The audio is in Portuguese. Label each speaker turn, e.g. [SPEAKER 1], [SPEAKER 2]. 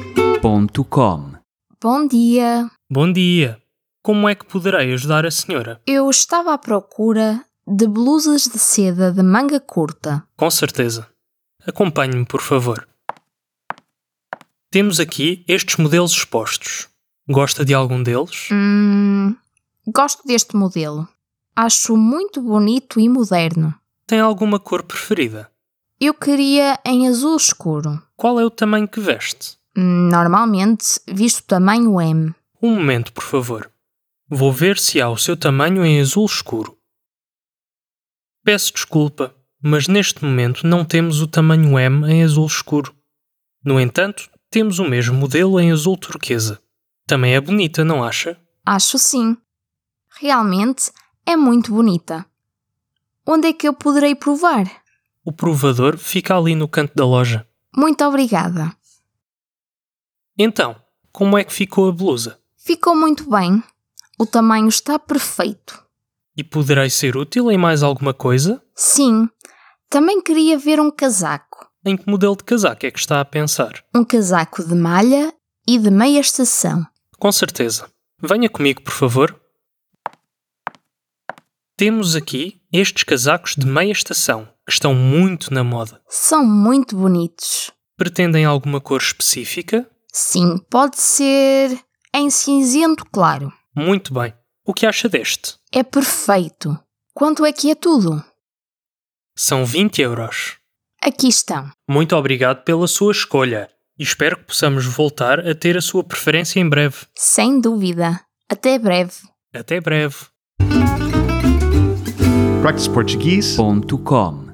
[SPEAKER 1] practiceportuguese.com.
[SPEAKER 2] Bom dia.
[SPEAKER 3] Bom dia. Como é que poderei ajudar a senhora?
[SPEAKER 2] Eu estava à procura de blusas de seda de manga curta.
[SPEAKER 3] Com certeza. Acompanhe-me, por favor. Temos aqui estes modelos expostos. Gosta de algum deles?
[SPEAKER 2] Hum, gosto deste modelo. Acho muito bonito e moderno.
[SPEAKER 3] Tem alguma cor preferida?
[SPEAKER 2] Eu queria em azul escuro.
[SPEAKER 3] Qual é o tamanho que veste?
[SPEAKER 2] Hum, Normalmente visto tamanho M.
[SPEAKER 3] Um momento, por favor. Vou ver se há o seu tamanho em azul escuro. Peço desculpa, mas neste momento não temos o tamanho M em azul escuro. No entanto, temos o mesmo modelo em azul turquesa. Também é bonita, não acha?
[SPEAKER 2] Acho sim. Realmente é muito bonita. Onde é que eu poderei provar?
[SPEAKER 3] O provador fica ali no canto da loja.
[SPEAKER 2] Muito obrigada.
[SPEAKER 3] Então, como é que ficou a blusa?
[SPEAKER 2] Ficou muito bem. O tamanho está perfeito.
[SPEAKER 3] E poderei ser útil em mais alguma coisa?
[SPEAKER 2] Sim, também queria ver um casaco.
[SPEAKER 3] Em que modelo de casaco é que está a pensar?
[SPEAKER 2] Um casaco de malha e de meia estação.
[SPEAKER 3] Com certeza. Venha comigo, por favor. Temos aqui estes casacos de meia estação, que estão muito na moda.
[SPEAKER 2] São muito bonitos.
[SPEAKER 3] Pretendem alguma cor específica?
[SPEAKER 2] Sim, pode ser em cinzento claro.
[SPEAKER 3] Muito bem. O que acha deste?
[SPEAKER 2] É perfeito. Quanto é que é tudo?
[SPEAKER 3] São 20 euros.
[SPEAKER 2] Aqui estão.
[SPEAKER 3] Muito obrigado pela sua escolha e espero que possamos voltar a ter a sua preferência em breve.
[SPEAKER 2] Sem dúvida. Até breve.
[SPEAKER 3] Até breve.
[SPEAKER 1] practiceportuguese.com.